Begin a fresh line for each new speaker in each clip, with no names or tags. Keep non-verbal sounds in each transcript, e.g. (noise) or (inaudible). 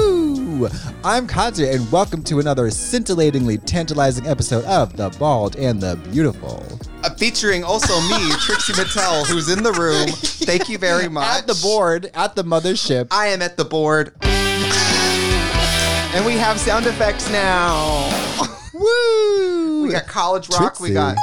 Hello, I'm Katya, and welcome to another scintillatingly tantalizing episode of The Bald and the Beautiful.
Uh, featuring also
(laughs)
me, Trixie Mattel, who's in the room. Thank you very much.
At the board, at the mothership.
I am at the board. and we have sound effects now.
Woo!
We got college rock.
(gasps)
We got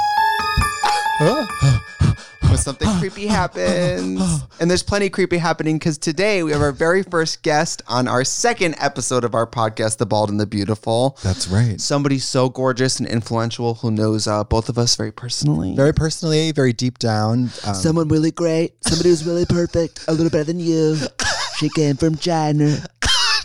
when something creepy happens. And there's plenty creepy happening because today we have our very first guest on our second episode of our podcast, The Bald and the Beautiful.
That's right.
Somebody so gorgeous and influential who knows uh, both of us very personally.
Very personally, very deep down. Um,
Someone really great, somebody who's really perfect, a little better than you. She came from China.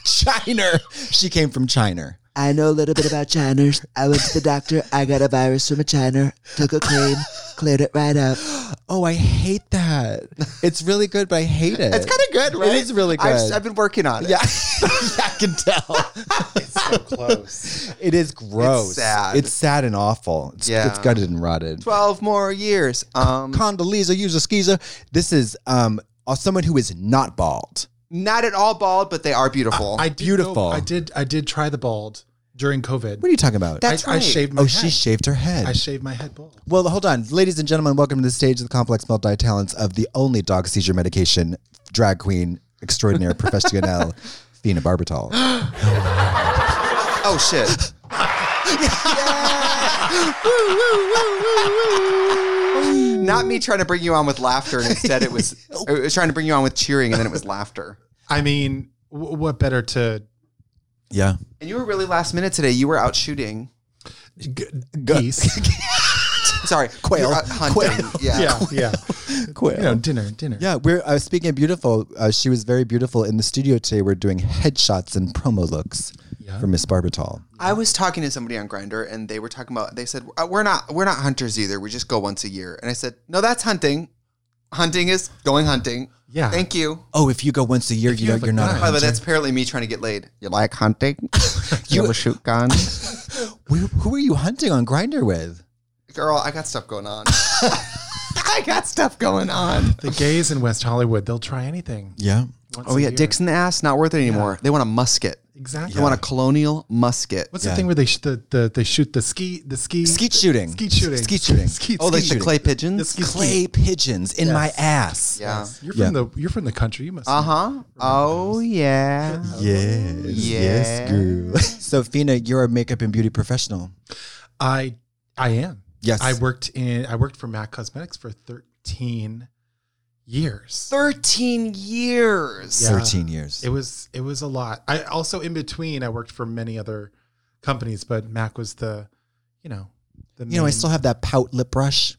China. She came from China.
I know a little bit about China. I went to the doctor. I got a virus from a China. Took a cream, cleared it right up.
Oh, I hate
(laughs)
that. It's really good, but I hate it.
It's kind of good, right?
It is really good.
I've, s- I've been working on
(laughs)
it.
yeah. I can tell.
(laughs) it's so close.
It is gross.
It's sad.
It's sad and awful. It's,
Yeah.
it's gutted and rotted.
Twelve more years. Um,
Condoleezza, use a skeezer. This is um uh, someone who is not bald.
not at all bald, but they are beautiful.
I did
Beautiful.
go- I did. I did try the bald during COVID.
What are you talking about?
That's
I, I
right.
shaved my
oh,
head.
she shaved her head.
I shaved my head bald.
well, hold on. Ladies and gentlemen, welcome to the stage of the complex multi talents of the only dog seizure medication, drag queen (laughs) extraordinaire professional, Fina Barbital.
oh
(laughs)
shit. Not me trying to bring you on with laughter, and instead it
(laughs)
was, it was trying to bring you on with cheering, and then it was laughter.
I mean, w- what better to
(gasps) Yeah.
And you were really last minute today. You were out shooting.
g-
(laughs)
geese?
Sorry,
Quail.
You're out hunting. Yeah.
(laughs) yeah, yeah.
Quill.
You know, dinner, dinner.
Yeah, we're uh, speaking of beautiful. Uh, she was very beautiful in the studio today. We're doing headshots and promo looks for Miss Barbital.
I was talking to somebody on Grinder, and they were talking about. They said "Uh, we're not we're not hunters either. We just go once a year. And I said, no, that's hunting. Hunting is going hunting.
Yeah.
Thank you.
Oh, if you go once a year, you,
you
know
have a
you're not.
gun.
a
By the way,
hunter.
that's apparently me trying to get laid. You like (laughs) hunting? you ever shoot guns?
Who- who are you hunting on Grinder with?
Girl, I got stuff going on. (laughs) I got stuff going on.
The gays in West Hollywood, they'll try anything.
Yeah.
once
Oh
a
yeah,
year.
dicks in the ass. Not worth it anymore. They want a musket.
Exactly.
They want a colonial musket.
What's
Yeah.
the thing where they sh- the, the they shoot the ski the ski
Skeet shooting.
skeet shooting
Skeet shooting.
skeet,
oh, like the
skeet
clay pigeons.
The skeet
Clay pigeons in my ass.
Yeah.
shooting. You're
Yeah. Uh-huh.
from the you're from the country. You must.
Uh huh. Oh yeah.
Yes.
Yeah.
Yes, girl. (laughs) so, Fina, you're a makeup and beauty professional.
I I am.
Yes.
I worked in I worked for MAC Cosmetics for 13 years.
Thirteen years.
Yeah.
13 years.
It was it was a lot. I also in between I worked for many other companies, but MAC was the you know the
you know, I
main-
still have that pout lip brush.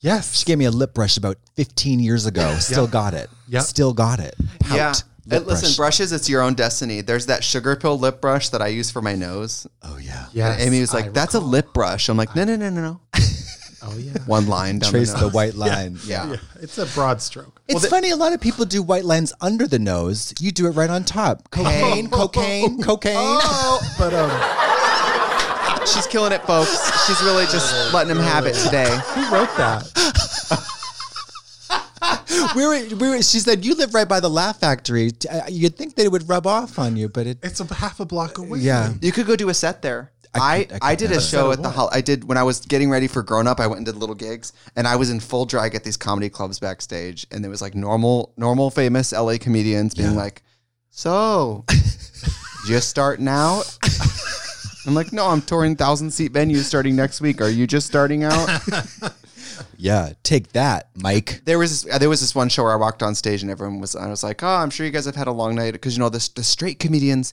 yes
She gave me a lip brush about 15 years ago. Still got it.
Yep.
Still got it. Pout.
Yeah.
Lip
Uh, listen,
brush.
brushes, it's your own destiny. There's that sugar pill lip brush that I use for my nose.
Oh, yeah.
yes.
and Amy was
I
like, that's a
recall.
lip brush. I'm like, no, no, no, no, no.
Oh yeah.
One line down
Trace
the,
the
nose.
(laughs) white line.
Yeah.
yeah, it's a broad stroke.
It's funny, a lot of people do white lines under the nose. You do it right on
(laughs)
top. Cocaine, cocaine, cocaine.
Oh,
(laughs) But um,
she's killing it, folks. She's really just letting him have it today.
who
(gasps)
wrote that?
we were, we were, she said, You live right by the Laugh Factory. Uh, You'd think that it would rub off on you, but it.
It's a half a block away.
Yeah.
You could go do a set there. I,
could- I
I,
could
did a
never.
show
Set
at the
what?
hol- I did when I was getting ready for Grown Up. I went and did little gigs, and I was in full drag at these comedy clubs backstage, and there was like normal normal famous LA comedians being like, "So, just starting out." I'm like, "No, I'm touring thousand seat venues starting next week. Are you just starting out?"
Yeah, take that, Mike.
there was this, there was this one show where I walked on stage and everyone was I was like, "Oh, I'm sure you guys have had a long night because you know the the straight comedians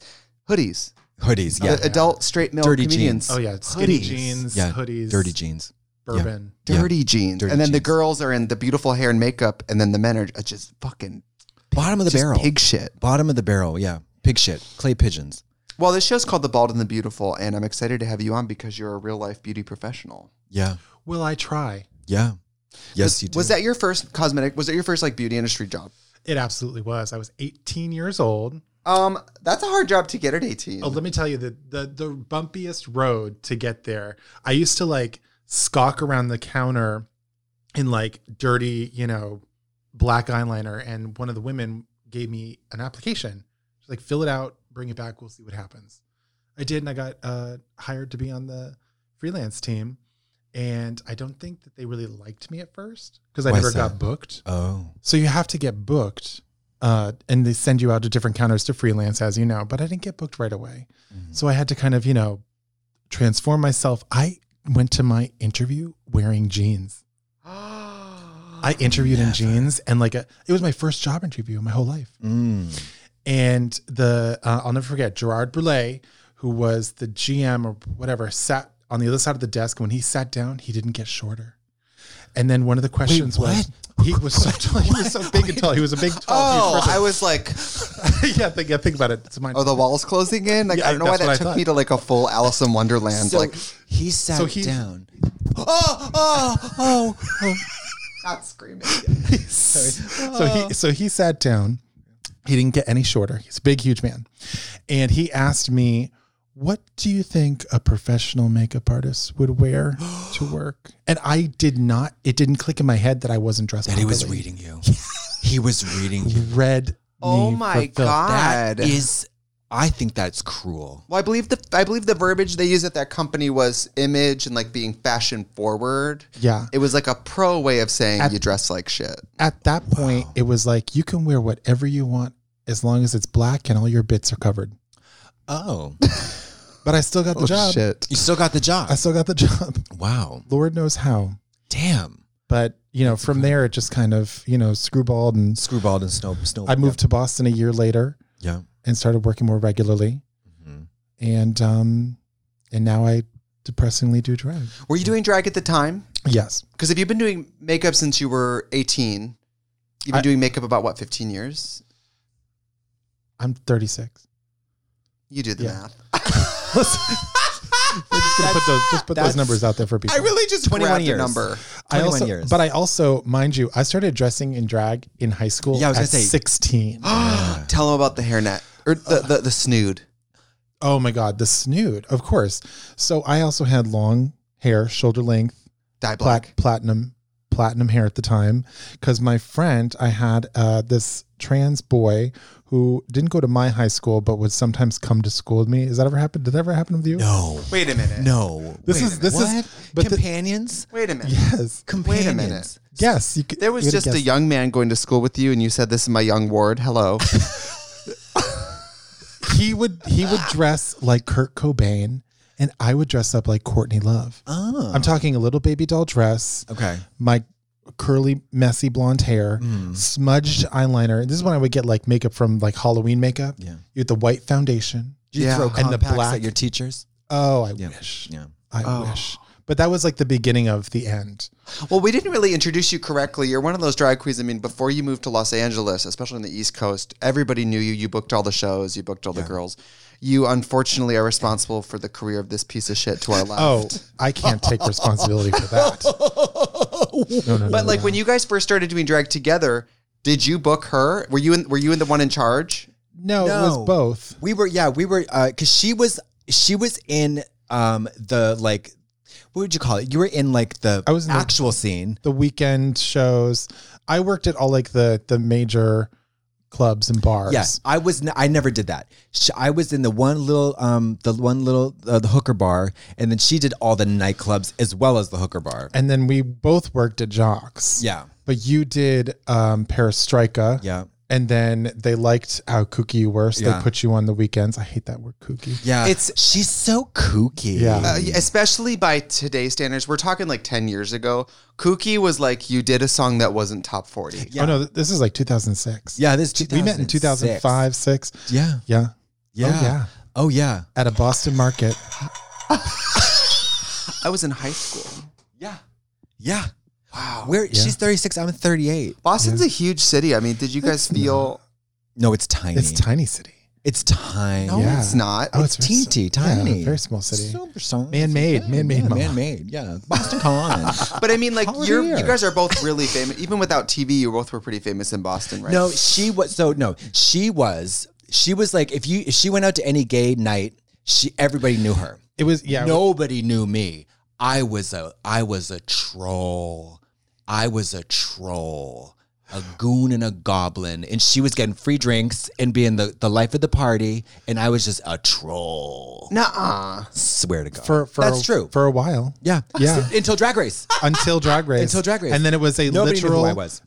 hoodies,
Hoodies, yeah.
the adult straight male
Dirty
comedians."
Oh yeah, skinny
Hoodies.
jeans,
yeah,
hoodies,
dirty jeans.
bourbon.
Yeah.
dirty jeans,
Dirty
and then the
jeans.
girls are in the beautiful hair and makeup, and then the men are just fucking
Bottom of the
just
barrel.
pig shit.
Bottom of the barrel, yeah. Pig shit. Clay pigeons.
Well, this show's called The Bald and the Beautiful, and I'm excited to have you on because you're a real life beauty professional.
Yeah,
Will I try?
yeah. Yes,
was,
you do.
Was that your first cosmetic? Was that your first like beauty industry job?
It absolutely was. I was 18 years old.
Um, that's a hard job to get at 18.
Oh, let me tell you the, the the bumpiest road to get there. I used to like skulk around the counter in like dirty, you know, black eyeliner, and one of the women gave me an application. She's like, fill it out, bring it back. We'll see what happens. I did, and I got uh, hired to be on the freelance team. And I don't think that they really liked me at first because I
Why is
never
that?
got booked.
Oh.
So you have to get booked, uh, and they send you out to different counters to freelance, as you know. But I didn't get booked right away,
Mhm.
so I had to kind of, you know, transform myself. I went to my interview wearing jeans. I interviewed in
Never.
jeans, and like a, it was my first job interview in my whole life.
Mm.
And the uh, I'll never forget Gerard Burley, who was the GM or whatever, sat on the other side of the desk. When he sat down, he didn't get shorter. And then one of the questions was he was so (laughs) tall, he was so big and tall. He was a big tall.
Oh,
huge person.
I was like,
(laughs) yeah, think, yeah, think about it. It's my
oh, the wall's closing in. Like,
Yeah,
I don't know why
that's what I
that took
thought.
me to like a full Alice in Wonderland.
So
like,
he sat
so he- (gasps)
down.
oh, oh, oh, oh. not (laughs) screaming.
(laughs) so he so he sat down. He didn't get any shorter. He's a big, huge man, and he asked me, "What do you think a professional makeup artist would wear
(gasps)
to work?" And I did not. It didn't click in my head that I wasn't dressed.
That he was
properly.
reading you. He was reading
(laughs)
you.
Red.
Oh
me
my
for filth.
god.
Is I think that's cruel.
Well, I believe the I believe the verbiage they use at that company was image and like being fashion forward.
Yeah.
It was like a pro way of saying
At-
you dress like shit.
At that point, it was like you can wear whatever you want as long as it's black and all your bits are covered.
Oh,
But I still got the job.
Oh, shit.
you still got the job.
I still got the (laughs) job.
Wow.
Lord knows how.
Damn.
but you know from there it just kind of you know screwballed and
Screwballed and snow. Snow.
i moved to boston a year later (laughs)
Yeah.
and started working more regularly
Mhm.
and um and now i depressingly do drag
Were you doing drag at the time?
yes
Because if you've been doing makeup since you were 18, you've been
I-
doing makeup about what, 15 years?
i'm 36
You do the
Yeah.
math.
Listen, (laughs) we're just gonna put those just put those
That's-
numbers out there for people
just
21
grabbed a
years.
number.
I
21
also,
years.
but i also mind you i started dressing in drag in high school
Yeah, I was
at
gonna say-
16
(gasps) Tell them about the hairnet or the, the, the snood.
(gasps) oh my god the snood of course so i also had long hair shoulder length
Dye black.
plat- platinum platinum hair at the time because my friend i had uh, this trans boy who didn't go to my high school but would sometimes come to school with me has that ever happened did that ever happen with you
No.
Wait a minute.
No.
This
Wait
is-
a
this is-
minute.
but the-
companions.
Wait a minute.
yes
companions.
minute.
yes you could,
There was
you had
just a
guess.
young man going to school with you, and you said, "This is my young ward."
(laughs)
Hello.
he would he would dress like kurt cobain and i would dress up like courtney love
Oh.
Uh-huh.
i'm talking a little baby doll dress
okay.
my curly messy blonde hair
Mm.
smudged eyeliner this is when i would get like makeup from like halloween makeup
Yeah.
you had the white foundation
Did you
Yeah.
throw
And
the
compacts
black-
at your teachers?
oh i
Yeah.
wish
Yeah.
I
Oh.
wish. But that was like the beginning of the end.
Well, we didn't really introduce you correctly. You're one of those drag queens. I mean, before you moved to Los Angeles, especially on the East Coast, everybody knew you. You booked all the shows, you booked all the girls. You unfortunately are responsible for the career of this piece of shit to our left.
Oh, I can't take responsibility for
(laughs)
that. No, no, no,
But like
no.
when you guys first started doing drag together, did you book her? Were you in were you in the one in charge?
no, it
No.
was both.
We were, yeah, we were, because she was, she was in um the like, what would you call it? You were in like the
I was in the-
actual scene.
The weekend shows. I worked at all like the the major clubs and bars.
Yes, I was. N- I never did that. Sh I was in the one little, um, the one little, uh, the hooker bar, and then she did all the nightclubs as well as the hooker bar.
And then we both worked at Jocks.
Yeah,
But you did um Perestroika.
yeah,
And then they liked how kooky you were, so
Yeah.
they put you on the weekends. I hate that word kooky.
yeah.
It's-
It's she's so kooky.
Yeah.
Uh, especially by today's standards, we're talking like 10 years ago. Kooky was like you did a song that wasn't top 40.
Yeah.
Oh no, th- this is like 2006.
yeah. This
We met in 2005, 6.
Yeah,
Yeah.
yeah,
Oh, yeah.
Oh yeah.
At a Boston market.
I was in high school.
Yeah. Yeah.
Oh,
Wow.
We're she's 36, I'm 38.
Boston's a huge city. I mean, did you guys feel?
No, it's tiny.
It's tiny city.
It's tiny.
No,
Yeah.
it's not.
Oh,
It's
very
teensy,
small. Yeah,
tiny.
very small city.
Super small.
Man-made,
Yeah,
man-made
yeah,
mall.
man-made. Yeah. Boston
(laughs)
Con.
But I mean, like
Call it
you're, you
here.
guys are both really famous. Even without TV, you both were pretty famous in Boston, right?
No, she was so no, she was she was like if you if she went out to any gay night, she everybody knew her.
it was yeah. it
Nobody knew me. I was a I was a troll. I was a troll. a goon and a goblin, and she was getting free drinks and being the, the life of the party, and I was just a troll.
Nuh-uh.
Swear to God,
for for
that's true.
for a while.
yeah,
Yeah.
(laughs) Until Drag Race,
Until Drag Race.
Until Drag Race.
And then it was a
(laughs) nobody
literal.
knew who I was.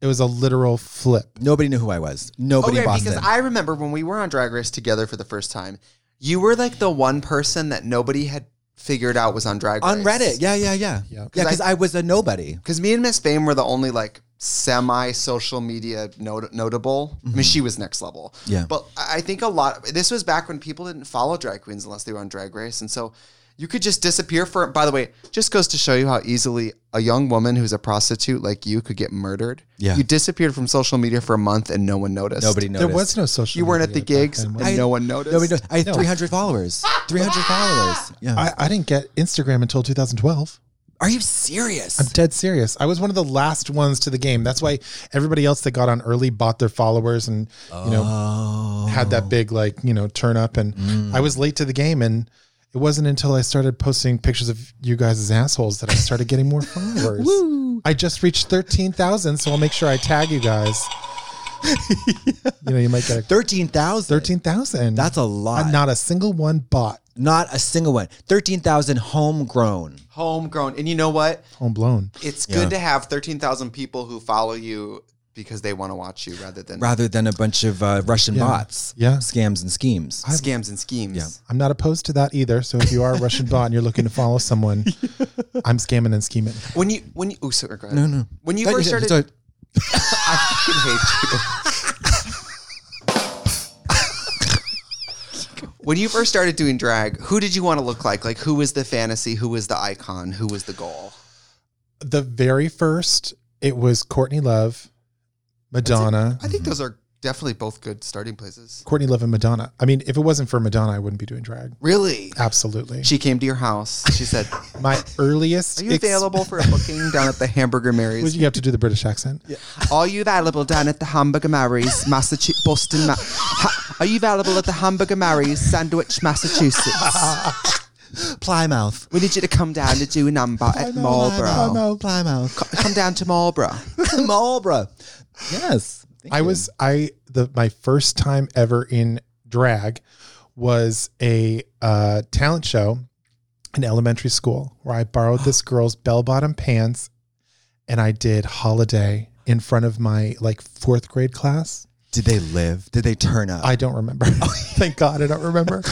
It was a literal flip.
Nobody knew who I was. Nobody
Okay,
Boston.
because I remember when we were on Drag Race together for the first time, you were like the one person that nobody had figured out was on Drag Race
on Reddit. Yeah, yeah, yeah. Yeah,
Yep.
because
Cause
I, was a nobody.
Because me and Miss Fame were the only like semi social media not- notable. I mean, she was next level.
Yeah.
But I I think a lot. This was back when people didn't follow drag queens unless they were on Drag Race, and so you could just disappear for. By the way, just goes to show you how easily a young woman who's a prostitute like you could get murdered.
Yeah.
You disappeared from social media for a month and no one noticed.
Nobody noticed.
There was no social.
You weren't at the
media back
gigs
then,
and
was there?
no one noticed.
Nobody knows. I had
No.
300
(laughs)
followers. 300 followers. Yeah.
I, I didn't get Instagram until 2012.
Are you serious?
I'm dead serious. I was one of the last ones to the game. That's why everybody else that got on early bought their followers and you know
oh.
had that big like you know turn up. And I was late to the game, and it wasn't until I started posting pictures of you guys as assholes that I started getting
(laughs)
more followers. I just reached thirteen thousand, so I'll make sure I tag you
(laughs)
guys. You know, you might get a
13,000.
thirteen thousand.
That's a lot.
Not a single one bought,
Not a single one. 13,000 homegrown.
Homegrown, and you know what?
home blown.
It's
Yeah.
good to have thirteen thousand people who follow you because they want to watch you rather than
Rather than a bunch of uh, Russian bots,
Yeah.
scams and schemes.
scams and schemes.
I'm not opposed to that either. So if you are a Russian bot and you're looking to follow
(laughs)
someone, I'm scamming and scheming.
When you when you oh sorry, go ahead. no no when you
But-
first started
so-
I fucking hate (laughs) you. when you first started doing drag, who did you want to look like? Like, who was the fantasy? Who was the icon? Who was the goal?
The very first, it was Courtney Love, Madonna.
I think those are definitely both good starting places.
Courtney Love and Madonna. I mean, if it wasn't for Madonna, I wouldn't be doing drag.
Really?
Absolutely.
She came to your house. She said,
My earliest.
"Are you available for a booking down at the Hamburger
Would
Mary's?
you have to do the British accent? Yeah.
Are you available down at the Hamburger Mary's, Massachusetts, Boston? Ma- ha- are you available at the Hamburger Mary's, Sandwich, Massachusetts?
Plymouth.
We need you to come down to do a number at Marlborough."
Plymouth.
come down to Marlborough.
(laughs) Marlboro. (laughs) Yes. Thank
I
you.
was I the my first time ever in drag was a uh, talent show in elementary school where I
(gasps)
borrowed this girl's bell bottom pants and I did holiday in front of my like fourth grade class.
Did they live? Did they turn up?
I don't (laughs) remember. Thank God I don't remember.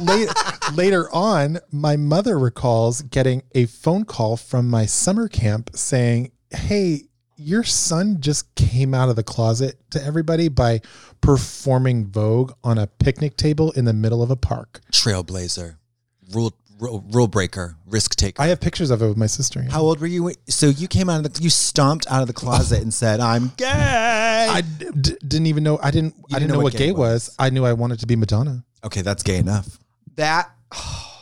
later, later on, my mother recalls getting a phone call from my summer camp saying, Hey, your son just came out of the closet to everybody by performing Vogue on a picnic table in the middle of a park.
Trailblazer. Rule, rule, rule breaker. Risk taker.
I have pictures of it with my sister.
How old were you? when- So you came out of the, you stomped out of the closet and said, I'm gay.
I d- d- didn't even know. I didn't. I didn't know, what gay was. I knew I wanted to be Madonna.
Okay, that's gay enough.
That. (sighs)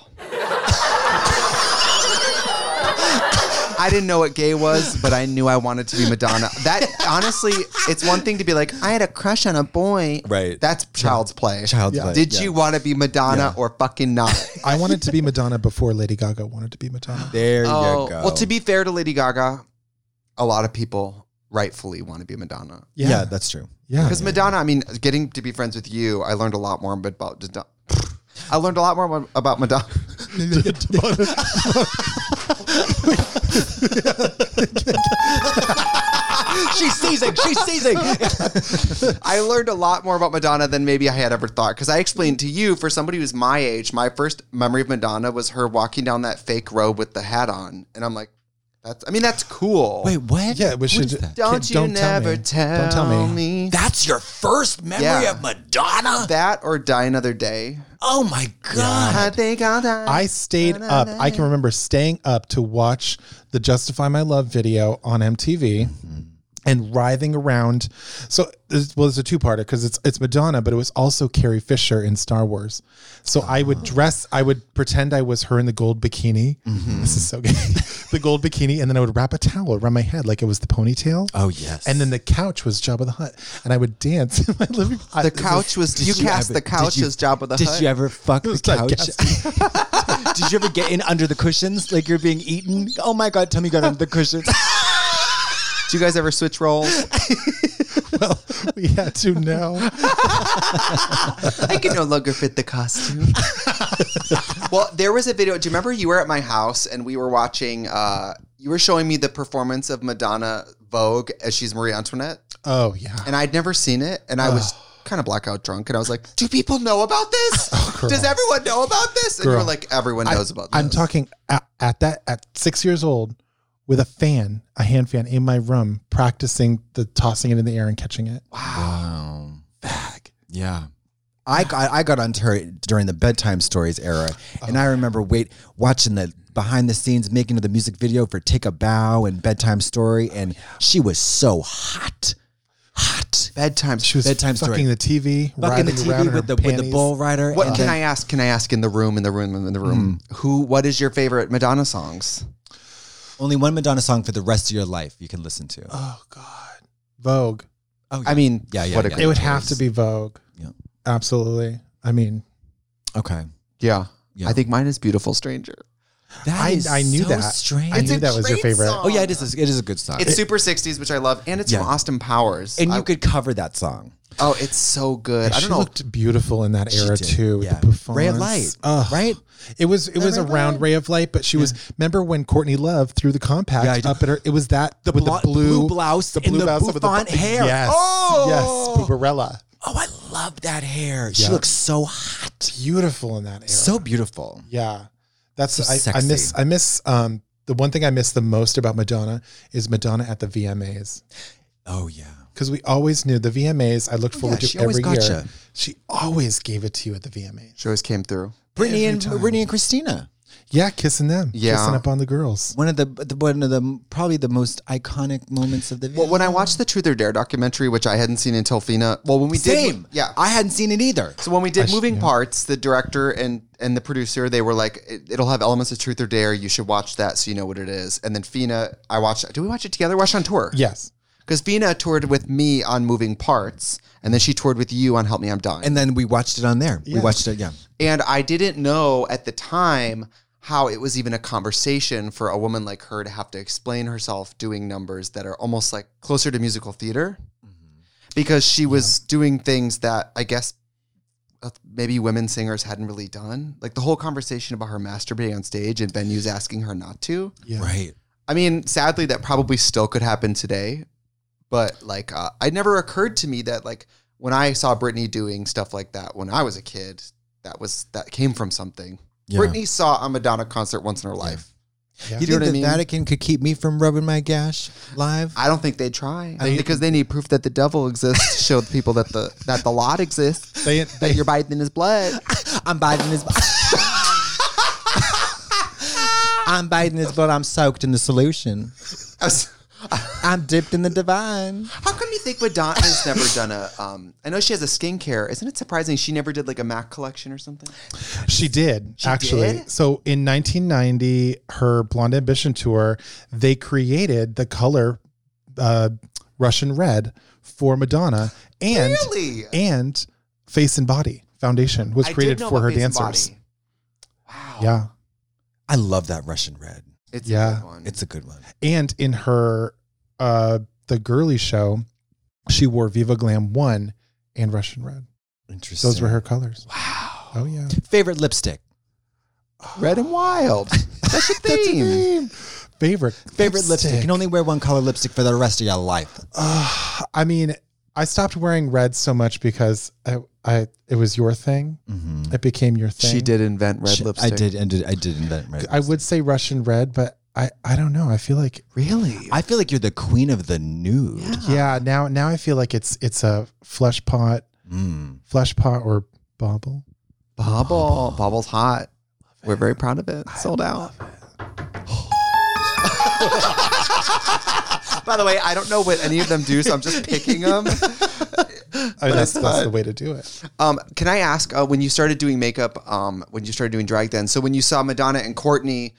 I didn't know what gay was, but I knew I wanted to be Madonna. That honestly, it's one thing to be like, I had a crush on a boy.
Right.
That's child's play.
Child's play,
Did
yeah.
you want to be Madonna or fucking not?
I wanted (laughs) to be Madonna before Lady Gaga wanted to be Madonna.
There
Oh,
you go.
well, to be fair to Lady Gaga, a lot of people rightfully want to be Madonna.
yeah.
Yeah.
that's true.
Oh, Yeah. (laughs)
Because Madonna, I mean, getting to be friends with you, I learned a lot more about. I learned a lot more about Madonna. (laughs)
She's seizing. She's seizing. (laughs)
I learned a lot more about Madonna than maybe I had ever thought. Because I explained to you, for somebody who's my age, my first memory of Madonna was her walking down that fake road with the hat on, and I'm like, "That's." I mean, that's cool.
Wait, what?
Yeah, we
What
should.
is that?
don't
can't-
you
tell
never
me.
tell,
Don't tell me.
me
That's your first memory
Yeah.
of Madonna.
that or die another day?
oh my uh. god.
I think I'll die.
I stayed up. I can remember staying up to watch the Justify My Love video on MTV
Mm-hmm.
and writhing around. So, there's- well, it's a two parter because it's it's Madonna, but it was also Carrie Fisher in Star Wars. So I
Oh.
would dress. I would pretend I was her in the gold bikini.
Mm-hmm.
This is so gay. (laughs) the gold bikini, and then I would wrap a towel around my head like it was the ponytail.
Oh yes.
And then the couch was Jabba the Hutt, and I would dance in my living.
the couch was you, cast the couch as job of the
Did
Hutt.
you ever fuck the
was like
couch? (laughs) did you (laughs) ever get in under the cushions like you're being eaten? Oh my god, tell me you got under the cushions.
Do you guys ever switch roles?
well, (laughs) we had to
(laughs)
know.
I can no longer fit the (laughs) costume. well, there was a video. Do you remember you were at my house and we were watching? Uh, you were showing me the performance of Madonna Vogue as she's Marie Antoinette,
Oh yeah.
and I'd never seen it, and I was. Kind of blackout drunk, and I was like, "Do people know about this?
girl.
Does everyone know about this?" And you were
Girl.
like, "Everyone knows about this."
I'm talking at, at that at six years old with a fan, a hand fan in my room, practicing the tossing it in the air and catching it.
Wow.
Bag.
Yeah. I got, I got onto her during the bedtime stories era, and I remember wait watching the behind the scenes making of the music video for "Take a Bow" and "Bedtime Story," and she was so hot, hot.
bedtime.
She was
Bedtime
fucking
story.
the TV,
Fucking the
riding around in
TV
her
with the, with the
panties.
bull rider.
What
and
can
then-
I ask? Can I ask in the room? In the room? In the room? Who? What is your favorite Madonna songs?
Only one Madonna song for the rest of your life you can listen to.
Oh God, Vogue.
oh,
I mean,
Yeah, yeah,
What a
yeah.
great
It would have
choice.
to be Vogue.
Yeah.
Absolutely. I mean,
okay.
Yeah.
Yeah.
I think mine is "Beautiful Stranger."
That
I-
is
I knew
so
that.
Strange.
I knew that was your
great
favorite.
song.
oh yeah, it is. A, it is a good song.
It's
It-
super '60s, which I love, and it's
Yeah.
from Austin Powers.
and
I-
you could cover that song.
oh, it's so good. I
she
don't know.
looked beautiful in that
She
era
did,
too. With
yeah.
the bouffants.
Ray of light,
Ugh.
right?
It was it was
ray
a
of
round
light.
ray of light, but she was. Remember when Courtney Love threw the compact
Yeah, I do.
up at her? It was that
The
with
blo-
the blue,
blue blouse
the
and
blue
the
blouse with the
bouffant
bu-
hair.
Yes,
Oh!
yes, Bubarella.
Oh, I love that hair.
Yeah.
She looks so hot.
Beautiful in that era.
So beautiful.
yeah, that's
so
I, I miss.
sexy.
I miss. Um, the one thing I miss the most about Madonna is Madonna at the VMAs.
Oh yeah.
because we always knew the VMAs. I looked
Oh,
forward
yeah,
to
she
every
always
year.
gotcha.
She always gave it to you at the VMAs.
She always came through.
Brittany
Every
and
time.
Brittany and Christina.
Yeah, kissing them.
Yeah.
kissing up on the girls.
One of the, the one of the probably the most iconic moments of the video.
Well, when I watched the Truth or Dare documentary, which I hadn't seen until Fina. Well, when we
Same.
did, yeah,
I hadn't seen it either.
So when we did
sh-
Moving
yeah.
Parts, the director and and the producer, they were like, it, "It'll have elements of Truth or Dare. You should watch that so you know what it is." And then Fina, I watched. Did we watch it together? Watched on tour.
Yes,
because Fina toured with me on Moving Parts, and then she toured with you on Help Me, I'm Dying.
And
And,
then we watched it on there.
Yeah.
We watched it. Yeah.
and I didn't know at the time how it was even a conversation for a woman like her to have to explain herself doing numbers that are almost like closer to musical theater, because she was doing things that I guess uh, maybe women singers hadn't really done like the whole conversation about her masturbating on stage and venues asking her not to
yeah.
Right.
I mean, sadly, that probably still could happen today, but like, uh, it never occurred to me that like when I saw Britney doing stuff like that when I was a kid, that was that came from something.
Yeah.
Britney saw a Madonna concert once in her life.
You
Do
Yeah.
you know
think
what
the
I mean?
Vatican could keep me from rubbing my gash live?
I don't think they try
I mean-
because they need proof that the devil exists to show the people that the that the lot exists,
(laughs) They,
that
they,
you're biting his
(laughs)
blood.
I'm biting his. (laughs) I'm biting his blood. I'm soaked in the solution.
I was-
I'm dipped in the divine.
How come you think Madonna has never done a? Um, I know she has a skincare. Isn't it surprising she never did like a Mac collection or something?
she did actually.
did?
So in 1990, her Blonde Ambition tour, they created the color uh, Russian red for Madonna and
Really?
and Face and Body Foundation was
I did
created
know
for
about
her
Face and
dancers.
Body. Wow.
Yeah.
I love that Russian red.
It's
Yeah.
a good one.
It's a good one.
and in her uh the girly show she wore viva glam 1 and russian red
Interesting.
those were her colors
wow.
oh yeah
favorite lipstick.
Red and (laughs) wild. That's your theme.
favorite
Favorite lipstick. You can only wear one color lipstick for the rest of your life.
Ugh, i mean i stopped wearing red so much because i, I it was your thing
Mm-hmm.
it became your thing
She did invent red lipstick.
I did. I did. I did invent red.
i would say russian red but i i don't know i feel like
Really?
I feel like you're the queen of the nude.
yeah now now i feel like it's it's a flesh pot
Mm.
flesh pot or bauble
Bobble. Bobble's hot. We're very proud of it. Sold out. By the way, I don't know what any of them do, so I'm just picking (laughs) them.
I mean, that's,
it's
that's
not-
the way to do it
Um, can I ask uh, when you started doing makeup? Um, when you started doing drag, then so when you saw Madonna and Courtney,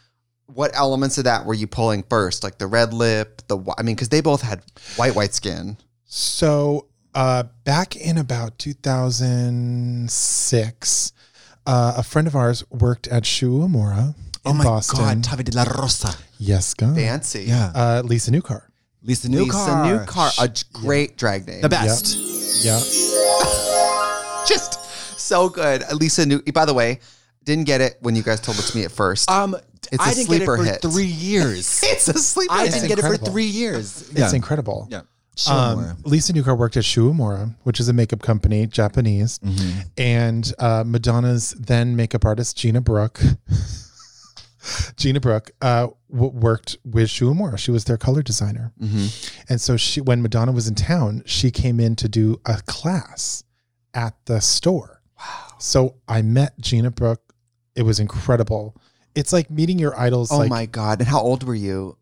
what elements of that were you pulling first? Like the red lip, the wh- I mean, because they both had white white skin.
So uh, back in about 2006, uh, a friend of ours worked at Shu Amora in
Oh my
Boston.
God, Tavi de la Rosa.
Yes, God.
Fancy.
Yeah.
Uh, Lisa Newcar.
Lisa Newcar.
Lisa Newcar, a j- great drag name.
The best.
Yeah.
(laughs) Just so good. Lisa New. By the way, didn't get it when you guys told it to me at first.
Um, (laughs)
It's
I
a
didn't get it
sleeper
for
hit.
three (laughs) years.
it's a sleeper.
I
hit.
didn't get it
incredible.
for three years.
It's incredible.
Yeah.
Um, Lisa Newcar worked at Shuamura, which is a makeup company, Japanese, and uh, Madonna's then makeup artist Gina Brooke. (laughs) Gina Brooke uh, w- worked with Shuamura. She was their color designer, and so she, when Madonna was in town, she came in to do a class at the store. Wow! So I met Gina Brooke. It was incredible. It's like meeting your idols.
oh
like,
my god! And how old were you?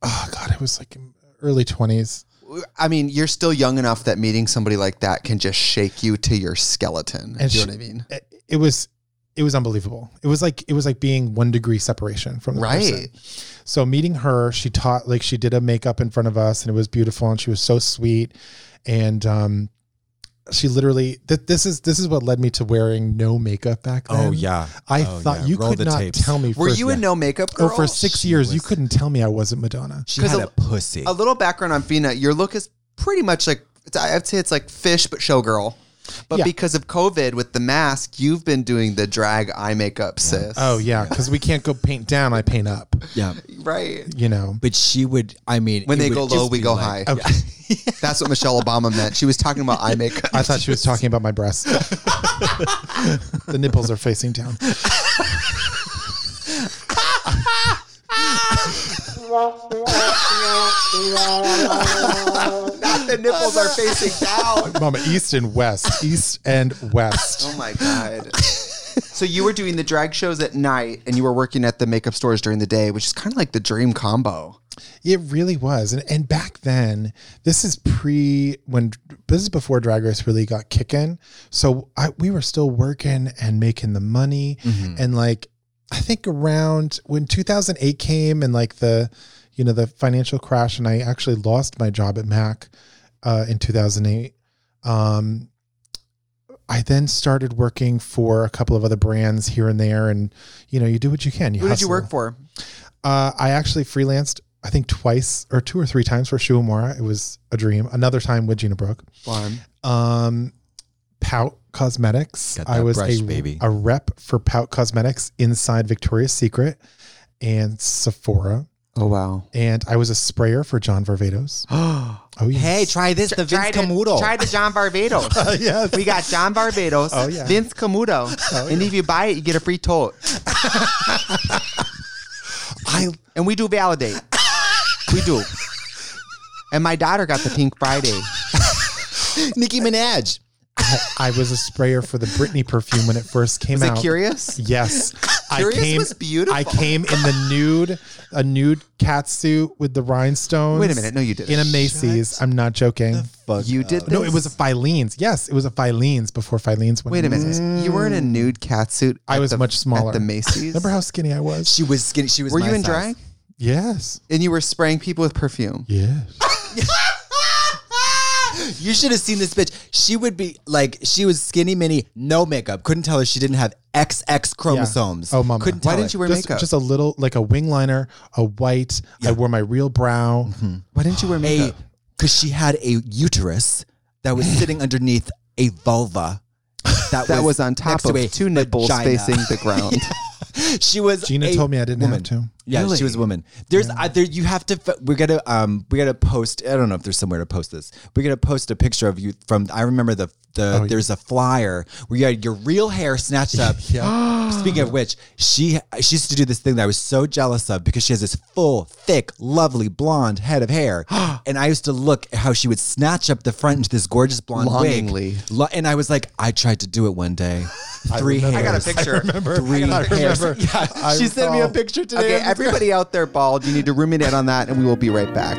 Oh god, I was like in early twenties.
I mean, you're still young enough that meeting somebody like that can just shake you to your skeleton.
And
Do you
she-
know what I mean?
it, it was it was unbelievable. It was like it was like being one degree separation from the
Right.
person. So meeting her, she taught like she did a makeup in front of us, and it was beautiful, and she was so sweet, and um, she literally th- this is this is what led me to wearing no makeup back then.
Oh yeah.
I
Oh,
thought
yeah.
you
Roll
could
the
not
tapes.
tell me.
Were
for-
you in no makeup girl?
or Oh, for six
She
years, you
was-
couldn't tell me I wasn't Madonna.
She
'Cause
had
a-
a, pussy.
a little background on Fina. Your look is pretty much like it's- I'd say it's like fish, but showgirl. But
Yeah.
because of COVID with the mask, you've been doing the drag eye makeup, sis.
Oh yeah, because we can't go paint down. I paint up.
yeah.
right.
You know.
But she would. I mean,
When
it
they
would
go
just
low, we
be
go
like-
high. (laughs) That's what Michelle Obama meant. She was talking about eye makeup.
I thought she was talking about
(laughs)
my breasts. the nipples are facing down.
(laughs) the nipples are
(laughs)
facing down.
Mama, east and west, east and west.
Oh my god. So you were doing the drag shows at night, and you were working at the makeup stores during the day, which is kind of like the dream combo.
It really was. And, and back then, this is pre when this is before Drag Race really got kicking. So I, we were still working and making the money.
Mm-hmm.
And like, I think around when 2008 came and like the, you know, the financial crash, and I actually lost my job at Mac uh, in 2008. Um, I then started working for a couple of other brands here and there, and you know, you do what you can. You
Who did you
hustle.
work for?
Uh, I actually freelanced, I think twice or two or three times for Shuamura. It was a dream. Another time with Gina Brooke.
One.
Um, Pout Cosmetics.
Got that
I was
brush,
a,
baby.
a rep for Pout Cosmetics inside Victoria's Secret and Sephora.
Oh wow.
And I was a sprayer for
(gasps)
John Varvatos. Oh, yeah.
Hey, try this. The Vince Camuto.
Try the
(laughs)
John Barbados.
yes.
we got John Barbados,
Oh, yeah. Oh,
Vince Camuto, and if you buy it, you get a free tote.
(laughs) I,
And we do validate. we do. And my daughter got the Pink Friday.
(laughs) Nicki Minaj.
I, (laughs) I was a sprayer for the Britney perfume when it first came
Is
out.
it curious?
Yes.
Curious
I came,
was beautiful.
I came in the nude, a nude catsuit with the rhinestones.
Wait a minute. No, you didn't.
In a Macy's. I'm not joking.
Fuck.
You did this?
uh, No, it was a Filene's. Yes, it was a Filene's before Filene's went.
Wait a
into
minute.
business.
You were in a nude catsuit.
Mm. I
at
was
the-
much smaller.
At the Macy's.
(laughs) Remember how skinny I was?
She was skinny. She was.
were
my
you in
size.
drag?
Yes.
And you were spraying people with perfume.
Yes.
(laughs) You should have seen this bitch. She would be like, she was skinny, mini, no makeup. Couldn't tell her she didn't have XX chromosomes.
Oh, mama.
Couldn't
Why
tell
didn't
it.
you wear
just,
makeup?
just a little, like a wing liner, a white. I wore my real brow.
Why didn't you wear
a
makeup?
because she had a uterus that was sitting (laughs) underneath a vulva that,
that was on
next
top
to
of
a
two nipples
vagina.
facing
(laughs)
the ground.
She was.
Gina
a
told me I didn't
woman.
have to.
Yeah,
Really?
she was a woman. There's I, there. You have to. f- We're gonna um. We're gonna post. I don't know if there's somewhere to post this. We're gonna post a picture of you from. I remember the
Oh,
the. there's a flyer where you had your real hair snatched
(laughs)
up. (gasps) Speaking of which, she she used to do this thing that I was so jealous of because she has this full, thick, lovely blonde head of
(gasps)
hair, and I used to look at how she would snatch up the front into this gorgeous blonde
Longingly.
wig. Lo- and I was like, I tried to do it one day. Three hairs.
remember. (laughs) I got a
picture. I remember.
Three hairs. (laughs)
remember.
Yeah,
I
she sent me a
recall.
picture today.
Okay,
on the-
everybody out there bald, you need to ruminate on that, and we will be right back.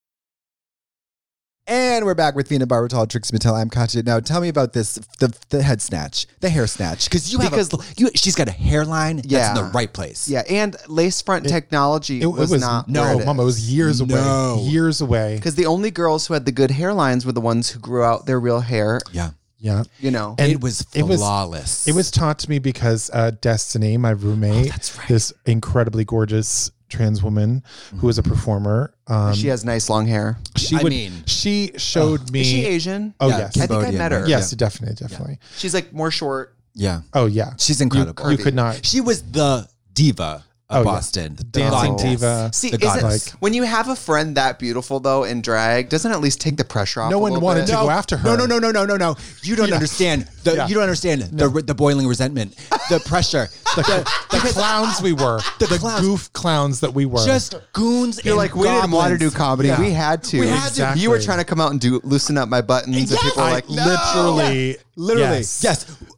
And we're back with Fina Barbital, Trix Mattel. I'm Katya. Now tell me about this the, the head snatch, the hair snatch, because you have because
Because-
you she's got a hairline
Yeah.
that's in the right place.
Yeah, and lace front technology
It, it
was, not
no, Mama. It was years
No.
away. Years away.
Because the only girls who had the good hairlines were the ones who grew out their real hair.
yeah,
Yeah.
You know,
And
it was
it was-
flawless.
It was taught to me because uh, Destiny, my roommate,
Oh,
this incredibly gorgeous trans woman who was a performer, um,
she has nice long hair.
she
Mm-hmm. I
would
mean-
she showed me.
Is she Asian?
Oh
Yeah,
yes,
I think I
Cambodian,
met her.
right?
yes, definitely, definitely.
She's like more short.
yeah.
Oh yeah,
She's
you,
incredible.
you could not
She was the diva of
Oh, yeah.
Boston, the
dancing
goddess.
diva.
See,
The
is it,
goddess.
when you have a friend that beautiful though in drag, doesn't it at least take the pressure off?
No
a
one
little
wanted
bit?
to go after her.
No, no, no, no, no, no, no. You don't understand. The,
Yeah.
You don't understand the the boiling resentment, the pressure,
(laughs) The, the clowns
(laughs)
we were, the,
clowns.
goof clowns that we were.
just goons.
You're
and
like, we didn't want to do
goblins."
comedy.
Yeah.
We had to.
We had to.
Exactly.
You were trying to come out and do loosen up my buttons, and
Yes.
people were
I
like, no.
literally,
Literally, yes. Uh,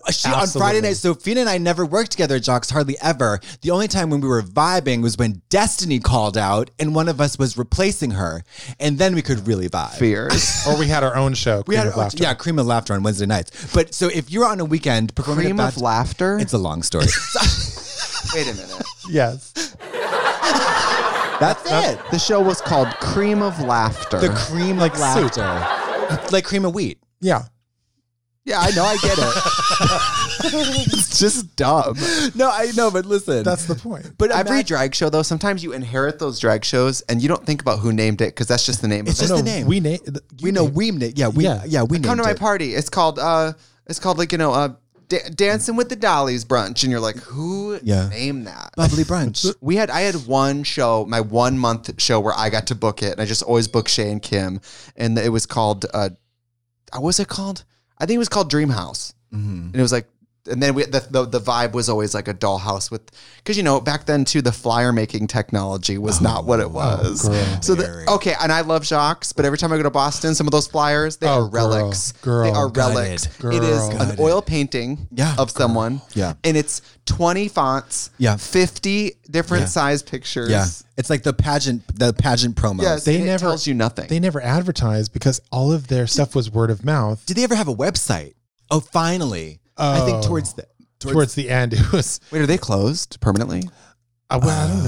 yes.
She, on Friday
Absolutely.
night, so Fina and I never worked together at Jocks, hardly ever. The only time when we were vibing was when Destiny called out and one of us was replacing her, and then we could really vibe.
fears.
Or we had our own show.
We had
Creative Laughter.
yeah, cream of laughter on Wednesday nights. But so if you're on a weekend performing
Cream
at
of
Bath-
laughter.
it's a long (laughs) story.
Wait a minute.
Yes.
That's it.
The show was called Cream of Laughter.
The cream like
soup.
laughter, like cream of wheat.
Yeah.
yeah, I know. I get it. (laughs) it's just
(laughs)
dumb.
No, I know, but listen,
That's the point.
but
Every
imagine-
drag show, though, sometimes you inherit those drag shows and you don't think about who named it because that's just the name
It's
of
just
it.
the name.
Oh, We na-
we know we named. Yeah, we yeah,
Yeah.
we named
Come to my
it.
party. It's called uh, it's called like you know uh, da- Dancing with the Dollies brunch, and you're like, who
Yeah.
named that?
bubbly (laughs) brunch.
we had I had one show, my one month show where I got to book it, and I just always book Shay and Kim, and it was called uh, what was it called? I think it was called Dream House,
Mm-hmm.
and it was like, and then we the the, the vibe was always like a dollhouse with, because you know back then too the flyer making technology was not what it was.
Oh, girl.
so the, okay, and I love Jacques, but every time I go to Boston, some of those flyers they
Oh,
are
girl,
relics.
girl,
they are
gutted,
relics. It is
girl.
an oil painting
Yeah,
of someone,
Yeah.
and it's twenty fonts,
Yeah.
50 different
Yeah.
size pictures.
Yeah, it's like the pageant, the pageant promos.
Yes.
They
and it
never-
tells you nothing.
They never advertised because all of their stuff was word of mouth.
Did they ever have a website? Oh, finally, I think
Oh.
towards the towards,
Towards, the end, it was.
Wait, are they closed permanently?
Uh, well, I
Uh,
don't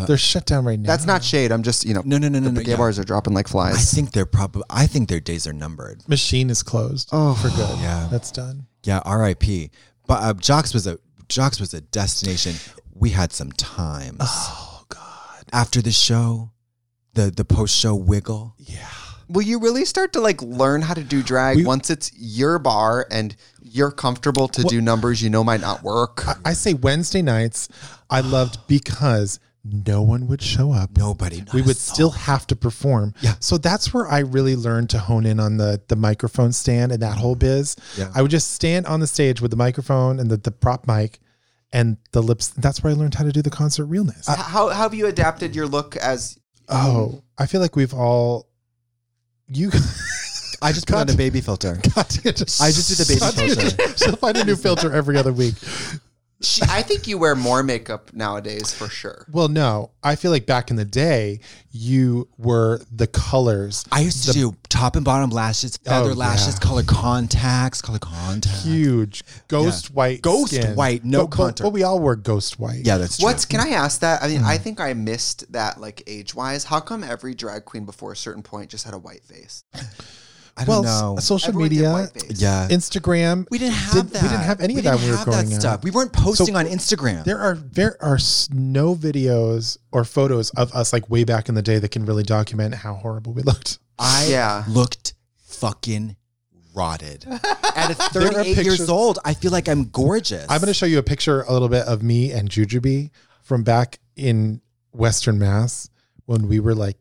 know. They're shut down right now.
That's not shade. I'm just, you know,
no, no, no, no, no.
the gay
yeah.
bars are dropping like
I
flies.
think they're probably. I think their days are numbered.
Machine is closed. Oh, for good.
yeah.
that's done.
Yeah, R.I.P. But uh, Jocks was a Jocks was a destination. We had some times. Oh God! After the show, the the post show wiggle.
(laughs) Will you really start to like learn how to do drag
We-
once it's your bar and you're comfortable to do numbers you know might not work?
I say Wednesday nights. I loved because no one would show up.
Nobody. not
we
a
would
soul.
still have to perform.
Yeah.
So that's where I really learned to hone in on the the microphone stand and that whole biz.
Yeah.
I would just stand on the stage with the microphone and the, the prop mic and the lips. That's where I learned how to do the concert realness.
Uh,
H- how, how have you adapted your look as
oh, I feel like we've all
(laughs)
you
I just put on a baby
(laughs)
filter. I just did the baby filter.
She'll find a new filter every other week.
she, I think you wear more makeup nowadays for sure.
Well, no, I feel like back in the day, you were the colors.
I used to do top and bottom lashes, feather
Oh,
lashes,
yeah.
color contacts, color contacts.
Huge ghost white,
Ghost
skin.
white, no
but, but-
contour.
But we all wore ghost white.
Yeah, that's true. Mm-hmm.
What's can I ask that? I mean, I think I missed that like age wise. How come every drag queen before a certain point just had a white face?
I
well,
don't know.
s- social
Everyone did
media,
white face.
yeah,
Instagram.
we didn't have
did-
that.
We didn't have any of that
didn't
when we were
have
growing
that
up.
stuff. We weren't posting
So-
on Instagram.
There are there are s- no videos or photos of us like way back in the day that can really document how horrible we looked.
I
Yeah.
looked fucking
(laughs)
rotted. At a
There are
38 years
pictures-
old, I feel like I'm gorgeous.
I'm going to show you a picture a little bit of me and Jujubee from back in Western Mass when we were like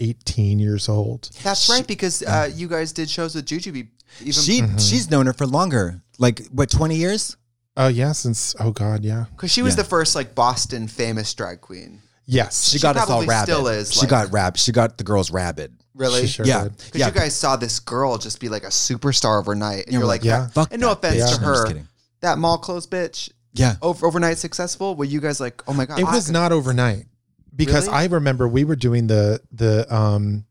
18 years old.
That's right, because uh, you guys did shows with Jujubee. Even
She
Mm-hmm.
she's known her for longer, like what twenty years?
Oh, yeah, since, oh God, yeah.
because she was the first like Boston famous drag queen.
Yes.
She, got us all
probably
rabid.
still is,
she
like-
got rab. She got the girls rabid.
Really?
She sure
yeah,
did.
Because
yeah.
you guys saw this girl just be like a superstar overnight, and you're like,
yeah.
Fuck
And no
that
offense
bitch.
to
No, I'm just
her,
kidding.
that mall clothes bitch,
yeah.
over, overnight successful. Were you guys like, oh my god?
It was
I-
not overnight because
Really?
I remember we were doing the the um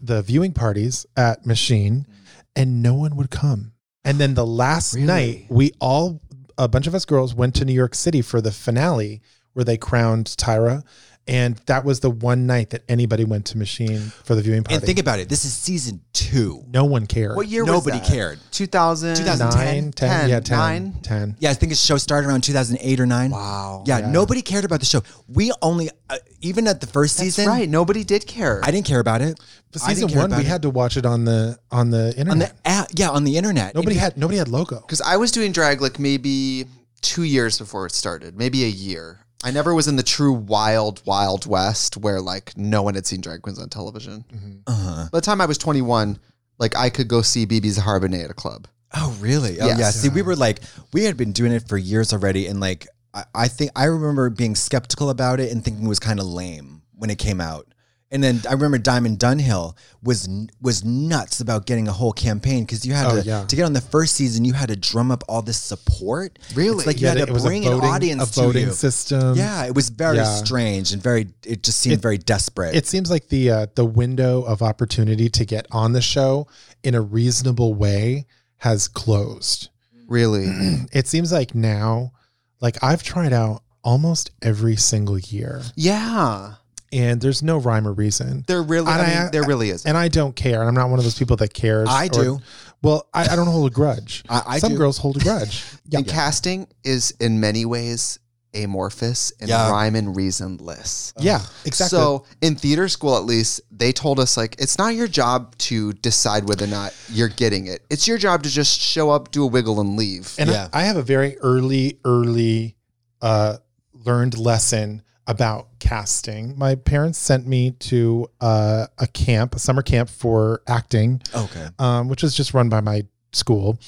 the viewing parties at Machine, and no one would come. And then the last
Really?
night, we all a bunch of us girls went to New York City for the finale where they crowned Tyra, and that was the one night that anybody went to Machine for the viewing party.
And think about it. This is season two.
no one cared.
What year?
Nobody
was that?
cared.
2000,
2009,
Nine,
10,
10, yeah, 10,
nine?
10.
Yeah, I think his show started around 2008 or 9.
Wow.
Yeah, nobody cared about the show. We only, uh, even at the first season,
right. Nobody did care.
I didn't care about it.
But
I didn't
season
care
one, we
about it.
had to watch it on the on the internet.
on the app. Yeah, on the internet.
nobody had nobody had logo.
because I was doing drag like maybe two years before it started, maybe a year. I never was in the true wild, wild west where like no one had seen drag queens on television.
Uh-huh.
By the time I was 21, like I could go see BB's Harbonate at a club.
Oh, really? Oh,
Yes.
yeah. See, we were like, we had been doing it for years already, and like, I, I think I remember being skeptical about it and thinking it was kind of lame when it came out. And then I remember Diamond Dunhill was n- was nuts about getting a whole campaign because you had
Oh,
to
yeah.
to get on the first season. You had to drum up all this support.
Really?
It's like you
Yeah,
had to bring an audience
a voting
to you.
system.
Yeah, it was very
Yeah.
strange and very. It just seemed very desperate.
It seems like the uh, the window of opportunity to get on the show in a reasonable way has closed. (clears throat)
Really?
Mm-hmm. It seems like now, like I've tried out almost every single year,
yeah.
and there's no rhyme or reason.
There really, I
And
mean,
I-
there really isn't.
And I don't care. And I'm not one of those people that cares.
I
or-
do.
Well, I, I don't hold a grudge.
I- I
Some
do.
girls hold a
(laughs)
grudge. yeah.
And casting is in many ways amorphous and
Yeah.
rhyme and reasonless.
Yeah, exactly.
So in theater school, at least, they told us like it's not your job to decide whether or not you're getting it. It's your job to just show up, do a wiggle, and leave.
And I-
Yeah.
I, have a very early, early uh, learned lesson about casting. My parents sent me to uh, a camp, a summer camp for acting,
okay.
um, which was just run by my school.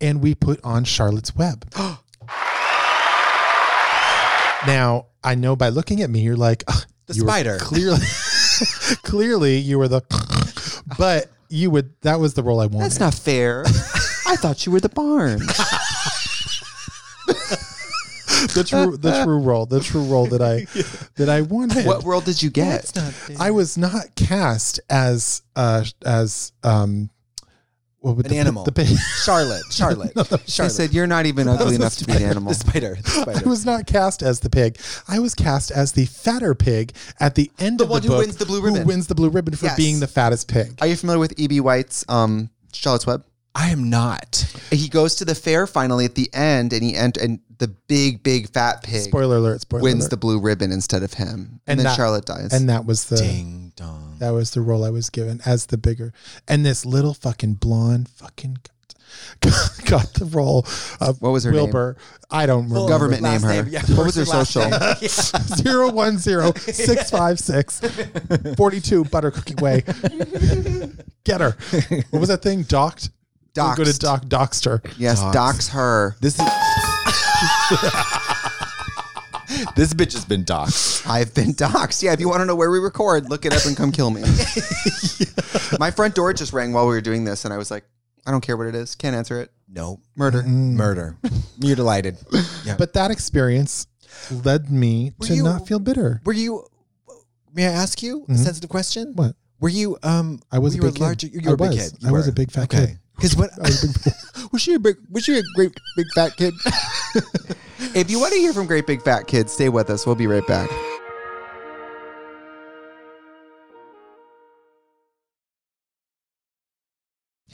And we put on
(gasps)
Charlotte's Web. now, I know by looking at me, you're like, "Ugh,
The
you were
spider.
Clearly, (laughs) clearly, you were the, (laughs) but you would, that was the role I wanted.
That's not
(laughs)
fair. I thought you were the barn.
the true the true role the true role
(laughs)
that I that I wanted.
what world did you get?
I was not cast as uh as um what would
An animal.
the, the
Charlotte. Charlotte.
They
Charlotte.
said you're not even ugly enough to be an
(laughs)
animal.
The spider. The
(laughs) I
spider.
was not cast as the pig. I was cast as the fatter pig at the end
The
of
one
the
who
book.
wins the blue ribbon.
Who wins the blue ribbon for
Yes.
being the fattest pig?
Are you familiar with E.B. White's um, Charlotte's Web?
I am not.
He goes to the fair finally at the end, and he end, and the big, big fat pig
spoiler alert! Spoiler
wins the
alert.
blue ribbon instead of him, and,
And
then
that-
Charlotte dies.
and that was the
Ding dong.
that was the role I was given as the bigger. And this little fucking blonde fucking. Got, (laughs) got the role of
What was her name?
Wilbur. I don't remember.
Government name her. What was her social?
010-656-42 Butter Cookie Way. Get her. What was that thing? Docked? We'll Go to
Doxed.
Doc Dockster.
yes, docs. her.
This is. this bitch has been doxxed.
I've been doxxed. Yeah, if you want to know where we record, look it up and come
(laughs)
kill me. (laughs) My front door just rang while we were doing this, and I was like, I don't care what it is. Can't answer it.
No.
Murder.
Mm.
Murder. Mutilated. Yeah.
But that experience led me to
you-
not feel bitter.
were you? May I ask you a sensitive question?
Mm-hmm. What?
Were you? Um.
I was
were
a
you
big
larger-
kid.
You were
I
a big
was.
kid. You
I was
were.
a big fat
okay. (laughs)
kid.
Because what?
I was a big-
(laughs) was she a big? Was she a great big fat kid? (laughs)
If you want to hear from Great Big Fat Kids, stay with us. We'll be right back.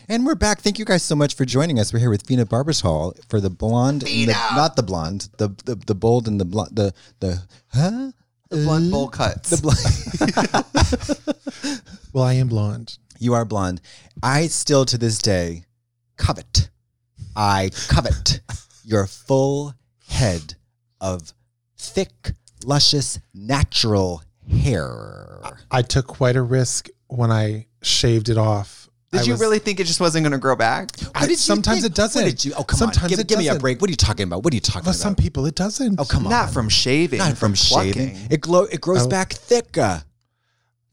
And we're back. Thank you guys so much for joining us. We're here with Fina Barbers Hall for the blonde, and the, not the blonde, the, the the bold and the blonde, the the huh?
Mm-hmm. The blunt bowl cuts.
The blonde.
well, I am blonde.
you are blonde. I still to this day covet. I covet your full head of thick, luscious, natural hair. hair.
I took quite a risk when I shaved it off.
Did
I
you
was-
really think it just wasn't going to grow back?
I- sometimes it doesn't.
What did you? Oh come
sometimes
on! Give,
it
give me a
doesn't.
break. What are you talking about? What are you talking
Well,
about?
some people it doesn't.
oh come on!
Not from shaving.
Not from shaving.
plucking.
It glow. It grows
Oh.
back thicker,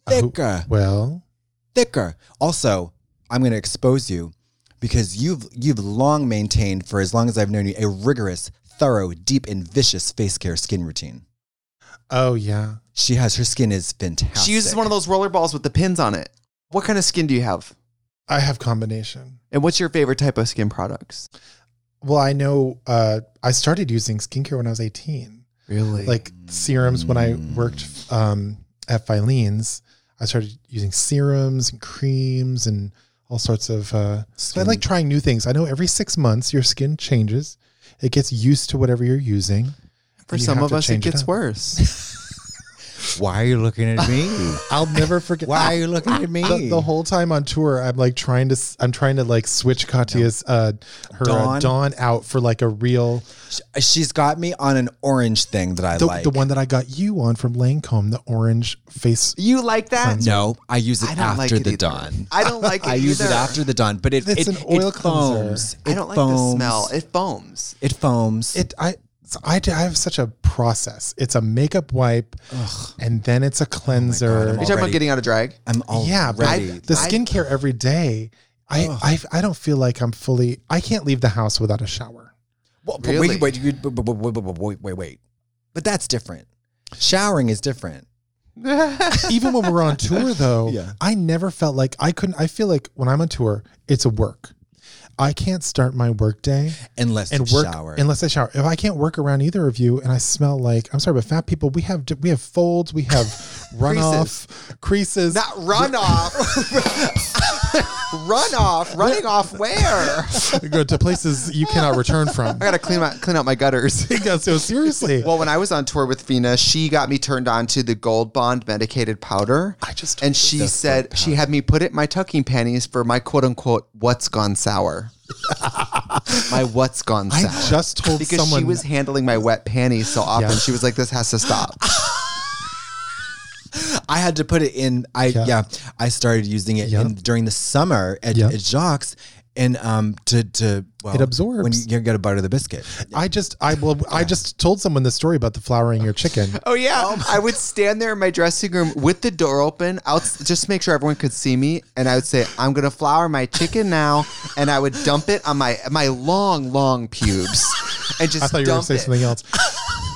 Oh,
thicker,
well,
thicker. Also, I'm going to expose you because you've you've long maintained for as long as I've known you a rigorous, thorough, deep, and vicious face care skin routine.
oh yeah.
She has her skin is fantastic.
She uses one of those roller balls with the pins on it. What kind of skin do you have?
I have combination.
And what's your favorite type of skin products?
Well, I know. Uh, I started using skincare when I was eighteen.
Really?
like serums when I worked um, at Filene's. I started using serums and creams and all sorts of. Uh, so I like trying new things. I know every six months your skin changes; it gets used to whatever you're using.
for
and you
some
have
of
to
us, it
change
gets
up.
worse.
Why are you looking at (laughs) me?
I'll never forget.
Why are you looking at me?
The, the whole time on tour, I'm like trying to, s- I'm trying to like switch Katya's uh, her dawn.
Dawn.
Uh, dawn out for like a real
She's got me on an orange thing that I
the,
like.
the one that I got you on from Lancome, the orange face.
you like that?
No, I use it
I don't
after
like it
the
either.
dawn.
I
(laughs)
don't like it
I use it
either.
after the dawn, but it, it,
It's an oil
it
cleanser.
foams.
I
It
don't like
foams.
the smell. It foams.
It foams.
it I so I, do- I have such a process. It's a makeup wipe, and then it's a cleanser.
Oh I'm
You're talking about
Already.
getting out of drag?
I'm all
yeah, but I-
ready.
the skincare every day. I, I I don't feel like I'm fully. I can't leave the house without a shower.
Well, but
Really?
wait, wait, you- but- but- but- but- but- but- wait, wait, wait. But that's different. Showering is different.
Even when we're
(laughs)
on tour, though,
Yeah.
I never felt like I couldn't. I feel like when I'm on tour, it's a work. I can't start my work day
Unless
and
you
work
shower.
unless I shower. If I can't work around either of you, and I smell like I'm sorry, but fat people, we have we have folds,
(laughs)
we have runoff, creases.
Not runoff. (laughs) runoff. Running off where? I
go to places you cannot return from.
gotta clean my clean out my (laughs) gutters.
Yeah, so seriously,
Well, when I was on tour with Fina, she got me turned on to the Gold Bond medicated powder.
I just
and she said she had me put it in my tucking panties for my quote unquote what's gone (laughs) sour. my what's gone
I
sour.
just told
because
someone
she was handling my wet panties so often,
Yeah.
she was like, "This has to stop."
I had to put it in. I yeah. I started using it
Yeah.
in, during the summer at,
Yeah.
at Jacques, and um to to well,
It absorbs.
when you, you gotta butter the biscuit.
I just I well I just told someone the story about the flowering your chicken.
Oh yeah, I would stand there in my dressing room with the door open, out just to make sure everyone could see me, and I would say, "I'm gonna flour my chicken now," and I would dump it on my my long, long pubes, and just
I thought you were going
dump
to say
it.
something else.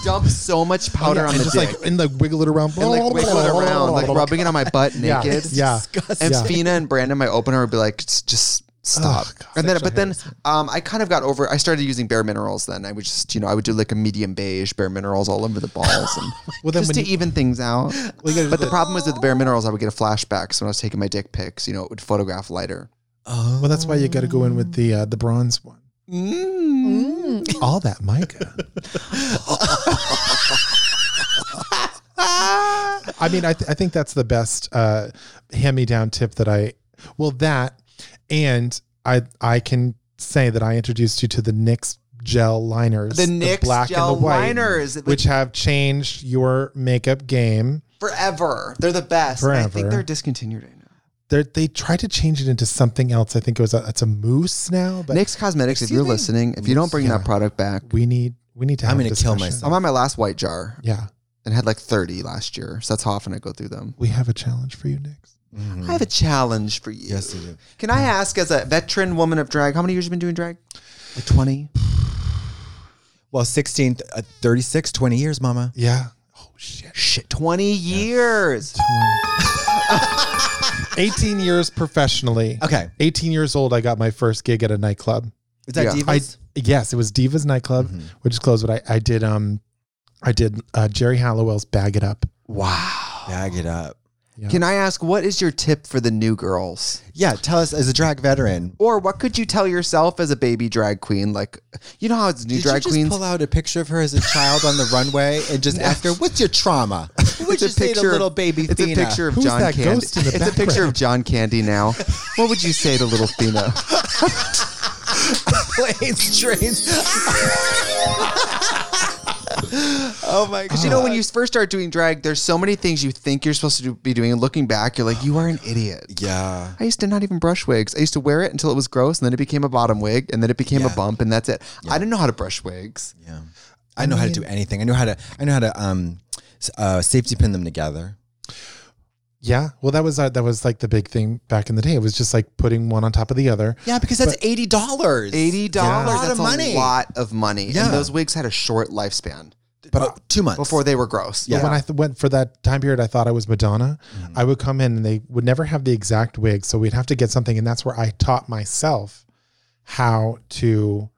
Dump so much (laughs) powder on
and
the
just
dick,
like and like wiggle it around,
and like
(laughs)
wiggle it around, like rubbing it on my butt
Yeah,
naked.
yeah.
And
Yeah.
Fina and Brandon, my opener, would be like, "Just- just stop.
God,
and then,
sexual
but then, um, I kind of got over. I started using bare minerals. Then I would just, you know, I would do like a medium beige bare minerals all over the balls,
(laughs)
and
Well, then
just
when
to
you-
even things
(laughs)
out. but the problem was with the bare minerals, I would get a flashback. So when I was taking my dick pics, you know, it would photograph lighter.
oh, Well, that's why you got to go in with the uh, the bronze one. Mm. All that mica. I mean, I, th- I think that's the best uh, hand-me-down tip that I. Well, that and I I can say that I introduced you to the NYX gel liners,
The NYX gel liners.
which have changed your makeup game.
Forever, they're the best. And I
Forever.
think they're discontinued right now.
They're, they tried to change it into something else. I think it was a, it's a mousse now, but
NYX Cosmetics, if you're listening, if you don't bring that product back,
we need we need to. Have
I'm
a
gonna kill
discussion.
myself.
I'm on my last white jar
Yeah,
and had like 30 last year. So that's how often I go through them.
we have a challenge for you, Nix.
I have a challenge for you.
Yes, you do.
Can I ask, as a veteran woman of drag, how many years you been doing drag? Like 20.
Well, 16, uh, 36, 20 years, mama.
Yeah. Oh shit.
Shit, 20 years.
18 years professionally.
Okay.
18 years old, I got my first gig at a nightclub.
Is that
Yeah.
divas?
I yes, it was Divas nightclub, which is closed. But I, I did um, I did uh, Jerry Halliwell's "Bag It Up."
Wow.
Bag it up.
Can I ask, what is your tip for the new girls?
Yeah, tell us as a drag veteran.
Or what could you tell yourself as a baby drag queen? Like, you know how it's
Did
new
you
drag
just
queens?
pull out a picture of her as a child on the runway and just ask her, "What's your trauma?" What
(laughs) It's a
you say to
picture of-
little baby
It's a
Fina? (laughs)
picture of
Who's
John
that
Candy.
ghost in the
it's a picture of
background?
John Candy now. What would you say to little Fina? (laughs)
planes, trains.
Oh my! Because you know when you first start doing drag, there's so many things you think you're supposed to do, be doing, and looking back, you're like, you are an idiot.
Yeah.
I used to not even brush wigs. I used to wear it until it was gross, and then it became a bottom wig, and then it became a bump, and that's it. I didn't know how to brush wigs.
Yeah. I know how to do anything. I know how to. I know how to um, s- uh, safety pin them together.
Yeah, well, that was uh, that was like the big thing back in the day. It was just like putting one on top of the other.
Yeah, because that's eighty dollars.
Eighty dollars.
Yeah. A lot of
That's
money.
A lot of money.
Yeah.
And those wigs had a short lifespan
but two months
before they were gross.
But when I th- went for that time period, I thought I was Madonna.
Mm-hmm.
I would come in and they would never have the exact wig, so we'd have to get something, and that's where I taught myself how to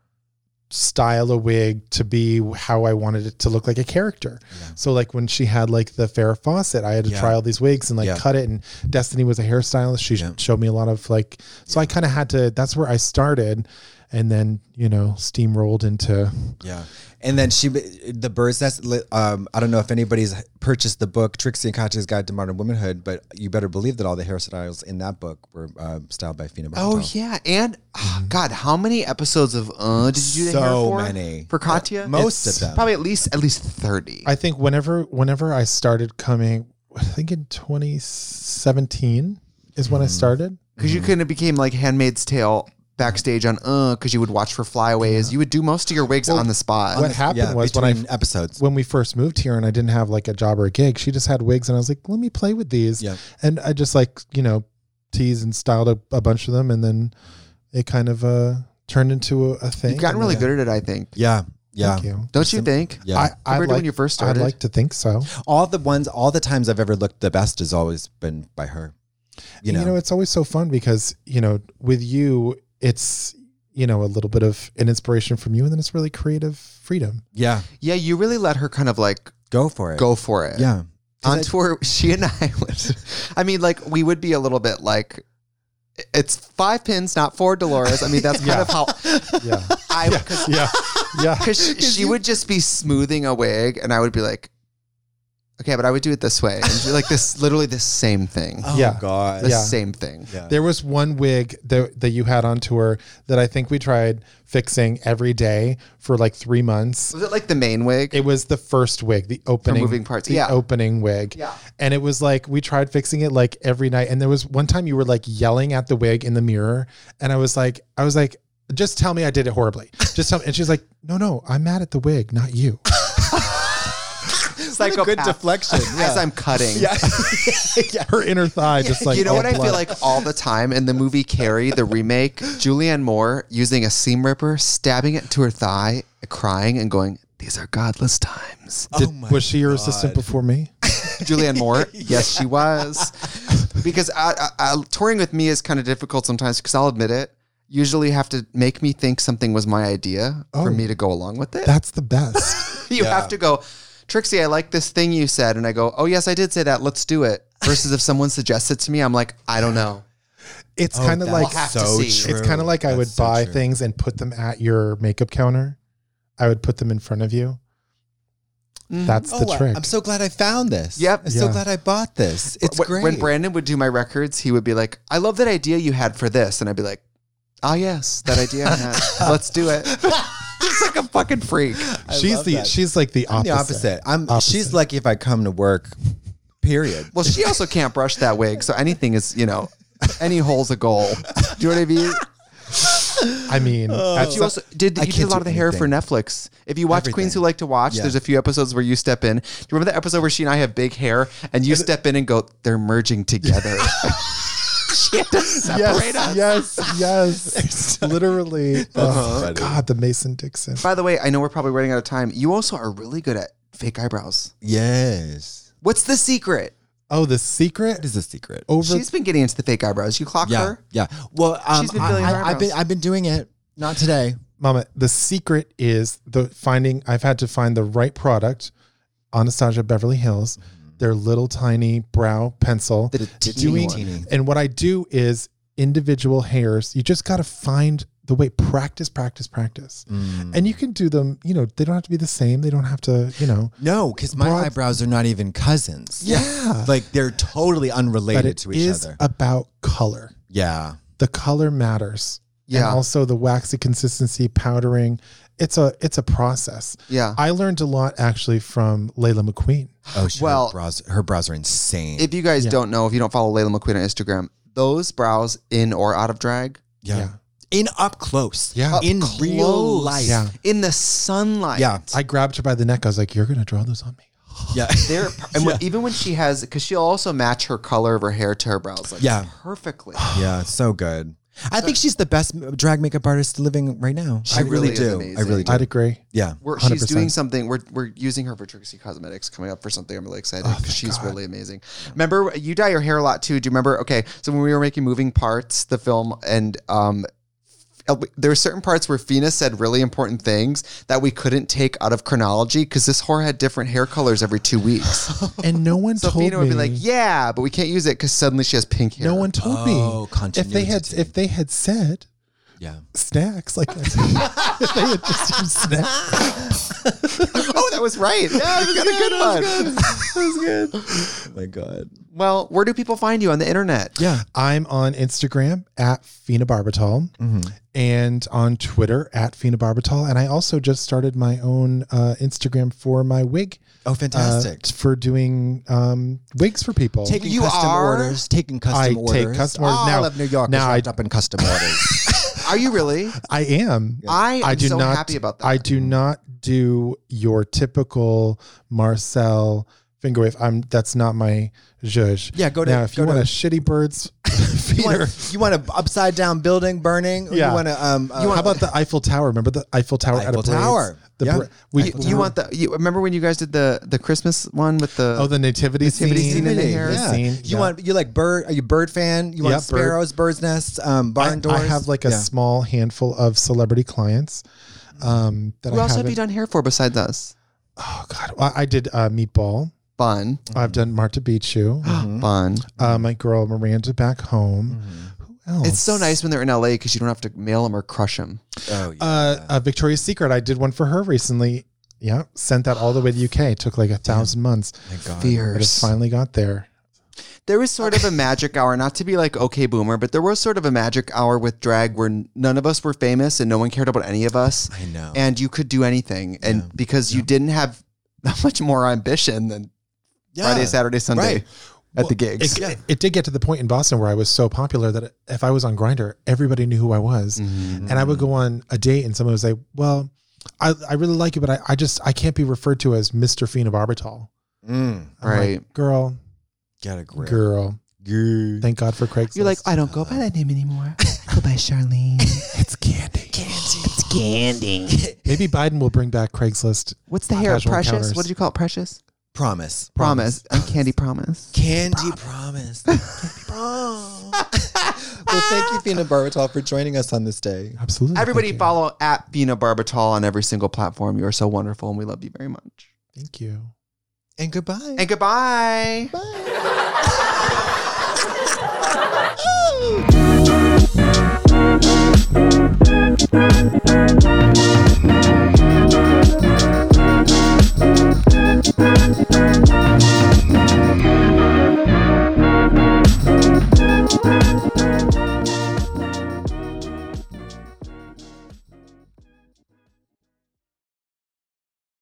style a wig to be how I wanted it to look like a character. So like when she had like the Farrah Fawcett, I had to
Yeah.
try all these wigs and like
Yeah.
cut it. And Destiny was a hairstylist; she
Yeah.
showed me a lot of like. So I kind of had to. That's where I started, and then you know steamrolled into
Yeah. And then she, the bird's nest. li- Um, I don't know if anybody's purchased the book Trixie and Katya's Guide to Modern Womanhood, but you better believe that all the hairstyles in that book were uh, styled by Fina.
Oh
Bartel.
yeah, and ah, God, how many episodes of uh did you do the hair
Mm-hmm. So
for?
many.
for Katya?
most
It's
of them.
probably at least at least thirty.
I think whenever whenever I started coming, I think in 2017 is
Hmm.
when I started.
Because
Mm-hmm.
you kind of became like Handmaid's Tale backstage on uh because you would watch for flyaways. You would do most of your wigs on the spot.
What happened
Yeah,
was when I
between episodes.
when we first moved here and I didn't have like a job or a gig, she just had wigs and I was like, let me play with these.
Yeah.
And I just like, you know, teased and styled a, a bunch of them and then it kind of uh turned into a, a thing.
You've gotten
And
really
then-
good at it, I think.
Yeah, yeah,
Thank you.
Don't you think?
yeah.
I, I
Compared
like,
to when you first started.
I'd like to think so.
all the ones, all the times I've ever looked the best has always been by her. You
And,
know,
you know, it's always so fun because, you know, with you, it's, you know, a little bit of an inspiration from you and then it's really creative freedom.
(laughs)
yeah,
Yeah, you really let her kind of like
go for it.
go for it.
yeah,
on tour, (laughs) she and I would. I mean, like we would be a little bit like, it's five pins, not four, Dolores. I mean, that's kind
(laughs) Yeah.
of how
Yeah.
I (laughs) because
yeah. (laughs) Yeah.
she would just be smoothing a wig, and I would be like, okay, but I would do it this way, and she'd be like
(laughs)
this, literally the same thing,
Oh
Yeah.
God,
the
yeah.
same thing.
yeah.
There was one wig that, that you had on tour that I think we tried fixing every day for like three months.
Was it like the main wig?
It was the first wig, the opening
moving parts,
the
yeah.
opening wig.
Yeah.
And it was like we tried fixing it like every night. And there was one time you were like yelling at the wig in the mirror. And I was like, I was like, just tell me I did it horribly. Just tell me. And she's like, No, no, I'm mad at the wig, not you.
It's like a
good (laughs) deflection,
(laughs)
(laughs)
as I'm cutting.
Her inner thigh just
(laughs)
like
you know
all
what I
blood.
feel like all the time in the movie Carrie, the
(laughs)
remake, Julianne Moore using a seam ripper, stabbing it to her thigh, crying and going, "These are godless
(laughs)
times."
Did- was she your assistant before me?
Julianne
(laughs)
Moore, yes, she was, because I, I, I, touring with me is kind of difficult sometimes. Because I'll admit it, usually have to make me think something was my idea for
Oh.
me to go along with it.
That's the best.
(laughs) you have to go, Trixie, I like this thing you said, and I go, "Oh yes, I did say that. Let's do it." Versus if someone suggests it to me, I'm like, "I don't know."
It's kind of like
have to
so
see.
Oh, true.
It's kind of like I
That's
would
so
buy
true.
things and put them at your makeup counter. I would put them in front of you. That's the
Oh, I-
trick.
Mm-hmm. I'm so glad I found this.
Yep.
I'm so
Yeah.
glad I bought this. It's
Wh-
great.
When Brandon would do my records, he would be like, "I love that idea you had for this," and I'd be like, "Ah, yes, that idea. I had.
(laughs)
Let's do it." He's like a fucking freak.
she's
love
the
that.
she's like the
I'm the opposite.
opposite.
I'm. She's
Opposite.
lucky if I come to work. Period.
Well, she also can't brush that wig, so anything is, you know, any hole's a goal. Do you know what
(laughs)
I mean?
I mean,
Oh.
at
But
some-
you also did
I
you did a
can't
lot
do
of the hair for
anything.
Netflix. If you watch Queens Who Like to Watch, there's a few episodes where you step in. Do you remember the episode where she and I have big hair and you step in and go, "They're
(laughs)
merging together." (laughs) she had to separate
yes,
(laughs)
us.
yes, yes, literally. Oh,
funny.
God, the Mason Dixon.
By the way, I know we're probably running out of time. You also are really good at fake eyebrows.
Yes.
What's the secret?
Oh, the secret
It is a secret.
over.
She's been getting into the fake eyebrows. You clock
yeah.
her?
Yeah. Well, um,
She's been
I,
filling her
I, I've been
eyebrows.
I've been doing it. Not today.
Mama, the secret is the finding. I've had to find the right product. Anastasia Beverly Hills,
Mm-hmm.
their little tiny brow pencil.
The teeny
doing,
one.
and what I do is individual hairs. You just got to find the way. Practice, practice, practice, and you can do them. You know, they don't have to be the same. They don't have to. You know,
No, because my
Broad-
eyebrows are not even cousins.
Yeah.
(laughs) Like they're totally
but
unrelated
it
to each
is
other.
about color.
yeah.
The color matters.
Yeah.
And also the waxy consistency, powdering, it's a it's a process.
Yeah.
I learned a lot actually from Layla McQueen.
Oh, she,
Well-
her brows, her brows are insane.
If you guys don't know, if you don't follow Layla McQueen on Instagram, those brows in or out of drag,
yeah. in up close,
Yeah. Up
in real
close.
life,
Yeah.
in the sunlight.
yeah,
I grabbed her by the neck. I was like, "You're gonna draw those on me."
yeah. (laughs)
They're, and when- even when she has, because she'll also match her color of her hair to her brows, like
Yeah. (sighs)
perfectly. (sighs)
Yeah, so good. I think she's the best m- drag makeup artist living right now. I really,
really is
do. I
amazing.
really do.
I'd agree.
yeah.
We're, she's
100%.
doing something. We're, we're using her for Trixie Cosmetics coming up for something. I'm really excited.
Oh,
'cause she's really amazing. Remember, you dye your hair a lot too. Do you remember? Okay, so when we were making Moving Parts, the film, and um, uh, we- there were certain parts where Fina said really important things that we couldn't take out of chronology because this whore had different hair colors every two weeks.
And no one
so
(laughs) told
Fina would
me.
be like, "Yeah, but we can't use it because suddenly she has pink hair." (gasps)
No one told
Oh,
me. If they had
continuity.
if they had said
Yeah.
snacks like (laughs) I said, if they had just used snacks.
Oh, that was
(laughs)
right. Yeah, you got a good one.
Oh my God.
Well, where do people find you on the internet?
Yeah.
I'm on Instagram at Fina Barbital
Mm-hmm.
and on Twitter at Fina Barbital. And I also just started my own uh, Instagram for my wig.
Oh,
uh,
fantastic.
for doing um, wigs for people.
taking
You
custom
are-
orders. Taking custom
I
orders.
take custom orders.
All
Now-
of New York
now
is
I-
wrapped up in custom (laughs) orders.
Are you really?
I am.
I am so happy about that.
I do not do your typical Marcel finger wave. I'm. That's not my zhuzh.
Yeah, go to-
now. If
go
you want
to-
a shitty bird's
(laughs) you,
feeder.
want, you want a upside down building burning? Or
Yeah.
You want to um? Uh,
How about the Eiffel Tower? Remember the Eiffel Tower at a
Eiffel
Braids?
Tower.
The
Yeah.
Bra- we,
You, you want the? You, remember when you guys did the the Christmas one with the?
oh the nativity,
nativity
scene,
scene in the hair?
The
Yeah.
scene,
You
yeah.
want you like bird? Are you bird fan? You want
Yeah, bird.
sparrows, birds' nests, um, barn
I,
doors?
I have like a
Yeah. Mm-hmm.
small handful of celebrity clients. Um, that
who
I
else have
haven't-
you done hair for besides us?
Oh God, Well, I did uh, Meatball.
Mm-hmm.
Bun,
I've done
(gasps)
Marta Bichu.
(gasps) bun.
uh, my girl Miranda back home.
Mm-hmm.
Who else?
It's so nice when they're in LA because you don't have to mail them or crush them.
Oh yeah.
Uh, uh, Victoria's Secret. I did one for her recently. Yeah, sent that all the way to the UK. It took like a thousand months.
Thank God.
But it
Fierce.
finally got there.
There was sort of a magic hour, not to be like okay boomer, but there was sort of a magic hour with drag where n- none of us were famous and no one cared about any of us.
I know.
And you could do anything, and because you didn't have (laughs) that much more ambition than
Yeah.
Friday, Saturday, Sunday
Right.
at the gigs.
It, it did get to the point in Boston where I was so popular that if I was on Grinder, everybody knew who I was.
Mm-hmm.
And I would go on a date and someone would say, Well, I, I really like you, but I, I just I can't be referred to as Mr. Fina Barbital.
Mm,
I'm like,
Right.
girl,
get a grip.
girl.
Girl.
Thank God for Craigslist.
You're like, I don't go by that name anymore.
Go by Charlene. (laughs)
it's candy.
it's candy.
Maybe Biden will bring back Craigslist.
What's the hair?
Uh, Casual
Precious?
encounters.
What did you call it? Precious?
(laughs) Promise.
Promise.
(laughs)
I'm Candy Promise.
(laughs) Candy promise. Candy promise. (laughs) well, thank you, Fina Barbital, for joining us on this day.
Absolutely.
Everybody
Thank you.
follow at Bina Barbital on every single platform. You are so wonderful and we love you very much.
Thank you.
And goodbye.
And goodbye.
goodbye.